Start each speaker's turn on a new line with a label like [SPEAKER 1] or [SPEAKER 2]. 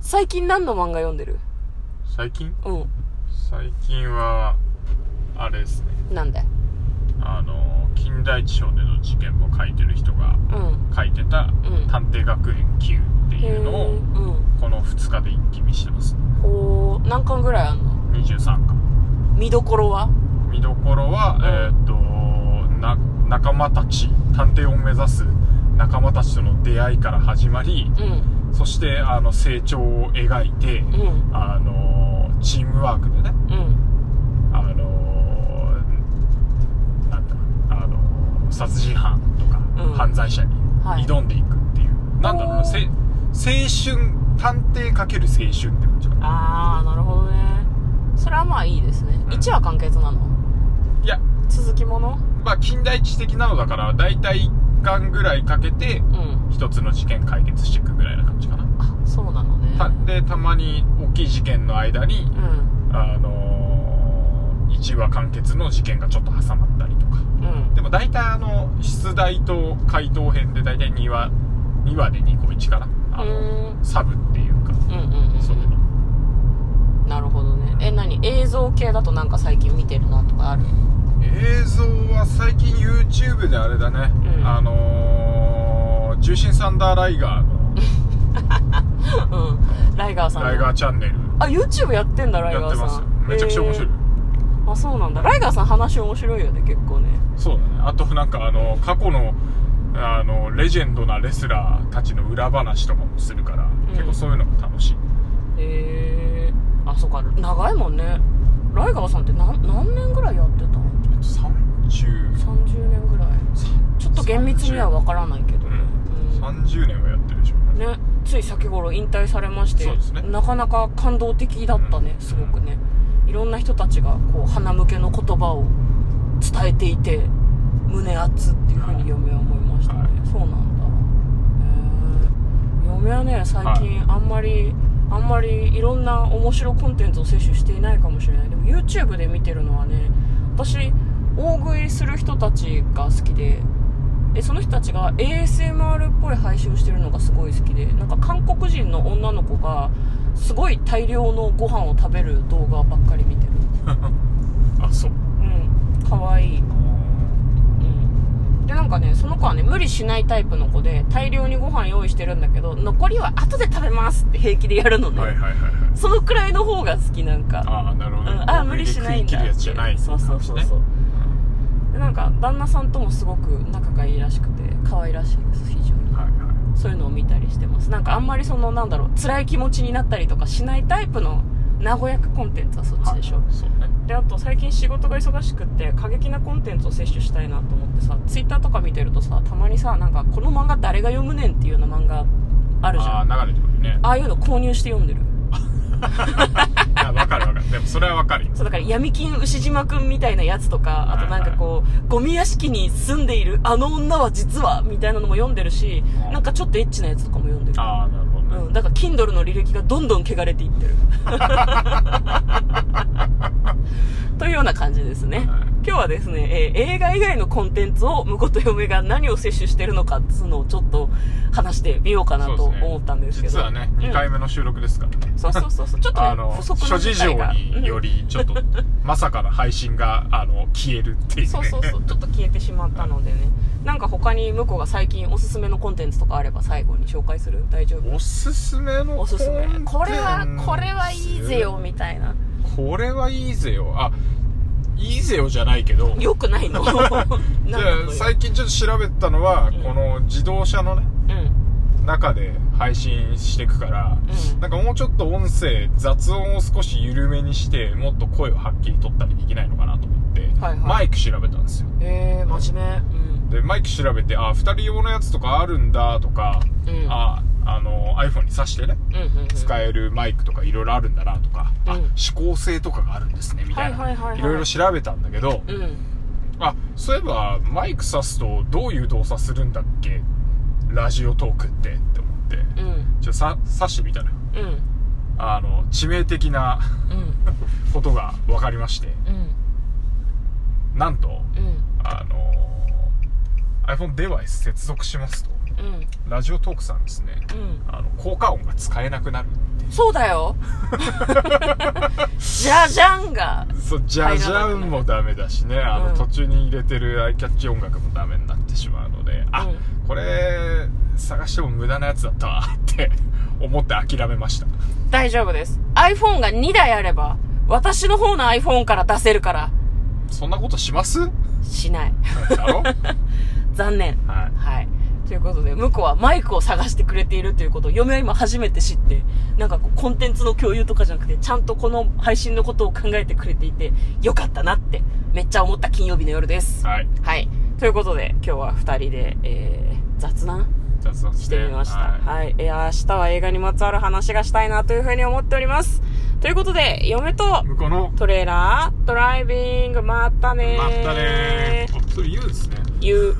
[SPEAKER 1] 最近何の漫画読んでる
[SPEAKER 2] 最近
[SPEAKER 1] うん。
[SPEAKER 2] 最近はあれですね
[SPEAKER 1] なんで
[SPEAKER 2] あの金田一少年の事件も書いてる人が
[SPEAKER 1] うん。
[SPEAKER 2] 書いてた
[SPEAKER 1] うん
[SPEAKER 2] 「探偵学園 Q」って
[SPEAKER 1] へ
[SPEAKER 2] いう
[SPEAKER 1] ー
[SPEAKER 2] のを
[SPEAKER 1] うん。
[SPEAKER 2] この2日で一気見してます
[SPEAKER 1] おー、何巻ぐらいあんの
[SPEAKER 2] 23巻
[SPEAKER 1] 見どころは
[SPEAKER 2] 見どころは、
[SPEAKER 1] うん
[SPEAKER 2] えーっとな仲間たち探偵を目指す仲間たちとの出会いから始まり
[SPEAKER 1] うん。
[SPEAKER 2] そしてあの成長を描いて、
[SPEAKER 1] うん。
[SPEAKER 2] あのチームワークでね
[SPEAKER 1] うん。
[SPEAKER 2] あのなんだあの殺人犯とか、
[SPEAKER 1] うん
[SPEAKER 2] 犯罪者に
[SPEAKER 1] はい
[SPEAKER 2] 挑んでいくっていう、なんだろう
[SPEAKER 1] お
[SPEAKER 2] な
[SPEAKER 1] ー
[SPEAKER 2] せ青春探偵かける青春って感じかな
[SPEAKER 1] あー、なるほどね。それはまあいいですね。
[SPEAKER 2] ん
[SPEAKER 1] 1話完結なの
[SPEAKER 2] いや
[SPEAKER 1] 続きもの
[SPEAKER 2] まあ近代知的なのだから大体1巻ぐらいかけて
[SPEAKER 1] うん。
[SPEAKER 2] 一つの事件解決していくぐらいな感じかな、
[SPEAKER 1] あ、そうなのね。
[SPEAKER 2] たでたまに大きい事件の間に
[SPEAKER 1] うん。
[SPEAKER 2] あの1話完結の事件がちょっと挟まったりとか
[SPEAKER 1] うん。
[SPEAKER 2] でも大体あの出題と回答編で大体2話2話で2個1かなあ
[SPEAKER 1] う
[SPEAKER 2] の
[SPEAKER 1] ーん
[SPEAKER 2] サブっていう
[SPEAKER 1] うんう
[SPEAKER 2] か
[SPEAKER 1] んうん
[SPEAKER 2] そういうの
[SPEAKER 1] なるほどねえ何映像系だとなんか最近見てるなとかある
[SPEAKER 2] 映像は最近 YouTube であれだね、
[SPEAKER 1] うん
[SPEAKER 2] あのー「重心サンダーライガー」の
[SPEAKER 1] うんライガーさんの
[SPEAKER 2] ライガーチャンネル
[SPEAKER 1] あ YouTube やってんだライ
[SPEAKER 2] や
[SPEAKER 1] ガ
[SPEAKER 2] って
[SPEAKER 1] ー
[SPEAKER 2] ます
[SPEAKER 1] さ
[SPEAKER 2] よ
[SPEAKER 1] ん
[SPEAKER 2] めちゃくちゃ面白い、
[SPEAKER 1] へーあそうなんだライガーさん話面白いよね結構ね
[SPEAKER 2] そうだねあとなんかあの過去のあのレジェンドなレスラーたちの裏話とかもするから、結構そういうのも楽しい
[SPEAKER 1] へえあそうか長いもんねライガーさんって何何年ぐらいやってたの
[SPEAKER 2] 3030
[SPEAKER 1] 30年ぐらいちょっと厳密には分からないけどね、うん
[SPEAKER 2] 30年はやってるでしょうね
[SPEAKER 1] ねつい先頃引退されまして、
[SPEAKER 2] そうですね
[SPEAKER 1] なかなか感動的だったね、
[SPEAKER 2] うん
[SPEAKER 1] すごくねいろんな人たちがこう鼻向けの言葉を伝えていて胸熱っていうふうに嫁は思いましたね、
[SPEAKER 2] はい
[SPEAKER 1] そうなんだへえ嫁はね最近あんまり、あんまりいろんな面白コンテンツを摂取していないかもしれないでも YouTube で見てるのはね私大食いする人たちが好きででその人たちが ASMR っぽい配信をしてるのがすごい好きでなんか韓国人の女の子がすごい大量のご飯を食べる動画ばっかり見てる
[SPEAKER 2] あそう
[SPEAKER 1] うんかわいいうんでなんかねその子はね無理しないタイプの子で大量にご飯用意してるんだけど残りは後で食べますって平気でやるのね、
[SPEAKER 2] はいはいはいはい
[SPEAKER 1] そのくらいの方が好きなんか
[SPEAKER 2] ああなるほど、ね
[SPEAKER 1] うん、あ無理しないんだ
[SPEAKER 2] 食い切るやつじゃない
[SPEAKER 1] そうそうそうそう、でなんか旦那さんともすごく仲がいいらしくて可愛らしいです非常に
[SPEAKER 2] はいは
[SPEAKER 1] そういうのを見たりしてますなんかあんまりそのなんだろう辛い気持ちになったりとかしないタイプの和やかコンテンツはそっち
[SPEAKER 2] い
[SPEAKER 1] でしょ、
[SPEAKER 2] はい、そうね
[SPEAKER 1] であと最近仕事が忙しくって過激なコンテンツを摂取したいなと思ってさツイッターとか見てるとさたまにさなんかこの漫画誰が読むねんっていうような漫画あるじゃん
[SPEAKER 2] あ
[SPEAKER 1] あ
[SPEAKER 2] あ流れてくるね
[SPEAKER 1] あいうの購入して読んでる
[SPEAKER 2] いやわかるわかるでもそれはわかるよ
[SPEAKER 1] そうだから闇金牛島くんみたいなやつとか、あとなんかこう、ゴミ屋敷に住んでいるあの女は実は、みたいなのも読んでるし
[SPEAKER 2] う、ん
[SPEAKER 1] なんかちょっとエッチなやつとかも読んでる。
[SPEAKER 2] ああなるほどね、
[SPEAKER 1] うん、だから Kindle の履歴がどんどん汚れてい ってる。というような感じですね。
[SPEAKER 2] はい
[SPEAKER 1] 今日はですね、えー映画以外のコンテンツを婿と嫁が何を摂取してるのかっつうのをちょっと話してみようかなと
[SPEAKER 2] そうですね
[SPEAKER 1] 思ったんですけど。
[SPEAKER 2] 実はね2回目の収録ですからね、
[SPEAKER 1] そうそうそうそう。ちょっと
[SPEAKER 2] あ
[SPEAKER 1] ね、
[SPEAKER 2] の
[SPEAKER 1] 補足
[SPEAKER 2] 諸
[SPEAKER 1] の
[SPEAKER 2] 事
[SPEAKER 1] 機
[SPEAKER 2] 情
[SPEAKER 1] 会が
[SPEAKER 2] によりちょっと、 まさかの配信があの消えるっていうね
[SPEAKER 1] そうそうそうちょっと消えてしまったのでねなんか他に向こうが最近おすすめのコンテンツとかあれば最後に紹介する大丈夫
[SPEAKER 2] おすすめの
[SPEAKER 1] おすすめ
[SPEAKER 2] コンテンツ
[SPEAKER 1] これはこれはいいぜよみたいな
[SPEAKER 2] これはいいぜよあいいぜよじゃないけど
[SPEAKER 1] よくないの
[SPEAKER 2] じ
[SPEAKER 1] なん
[SPEAKER 2] ゃあ最近ちょっと調べたのは、
[SPEAKER 1] ん
[SPEAKER 2] この自動車のね
[SPEAKER 1] 近うん
[SPEAKER 2] 中で配信していくから、
[SPEAKER 1] うん
[SPEAKER 2] なんかもうちょっと音声雑音を少し緩めにしてもっと声をはっきり取ったりできないのかなと思って、
[SPEAKER 1] はいはい
[SPEAKER 2] マイク調べたんですよ
[SPEAKER 1] えー、真面目うん
[SPEAKER 2] でマイク調べてあ2人用のやつとかあるんだとか、
[SPEAKER 1] うん
[SPEAKER 2] ああの iPhone に挿してね
[SPEAKER 1] うんうんうん
[SPEAKER 2] 使えるマイクとかいろいろあるんだなとか、あ
[SPEAKER 1] うん
[SPEAKER 2] 指向性とかがあるんですねみたいな、
[SPEAKER 1] はいはいはいはい
[SPEAKER 2] ろいろ調べたんだけど、
[SPEAKER 1] うん
[SPEAKER 2] あそういえばマイク挿すとどういう動作するんだっけラジオトークってって思って
[SPEAKER 1] うん
[SPEAKER 2] ちょっとさ挿してみた
[SPEAKER 1] う
[SPEAKER 2] ら
[SPEAKER 1] ん
[SPEAKER 2] あの致命的な
[SPEAKER 1] うん
[SPEAKER 2] ことが分かりまして
[SPEAKER 1] うん
[SPEAKER 2] なんと
[SPEAKER 1] うん
[SPEAKER 2] あの iPhone デバイス接続しますと
[SPEAKER 1] うん
[SPEAKER 2] ラジオトークさんですね
[SPEAKER 1] うん
[SPEAKER 2] あの効果音が使えなくなるっていう
[SPEAKER 1] そうだよじゃじゃんが
[SPEAKER 2] そうジャジャンもダメだしねあ
[SPEAKER 1] うん
[SPEAKER 2] の途中に入れてるアイキャッチ音楽もダメになってしまうので、あ
[SPEAKER 1] うん
[SPEAKER 2] これ探しても無駄なやつだったわって 思って諦めました
[SPEAKER 1] 大丈夫です iPhone が2台あれば私の方の iPhone から出せるから
[SPEAKER 2] そんなことします
[SPEAKER 1] しない
[SPEAKER 2] だろ
[SPEAKER 1] 残念
[SPEAKER 2] はい
[SPEAKER 1] はいということで向こうはマイクを探してくれているということを嫁は今初めて知ってなんかこうコンテンツの共有とかじゃなくてちゃんとこの配信のことを考えてくれていてよかったなってめっちゃ思った金曜日の夜です
[SPEAKER 2] はい
[SPEAKER 1] はいということで今日は2人で、えー、雑談
[SPEAKER 2] 雑談
[SPEAKER 1] してみました。
[SPEAKER 2] はい
[SPEAKER 1] はい。いや、明日は映画にまつわる話がしたいなというふうに思っております。ということで、嫁と
[SPEAKER 2] 向こうの
[SPEAKER 1] トレーラー、ドライビング、まったねー。
[SPEAKER 2] まったねーあそれ言うんですね
[SPEAKER 1] 言う。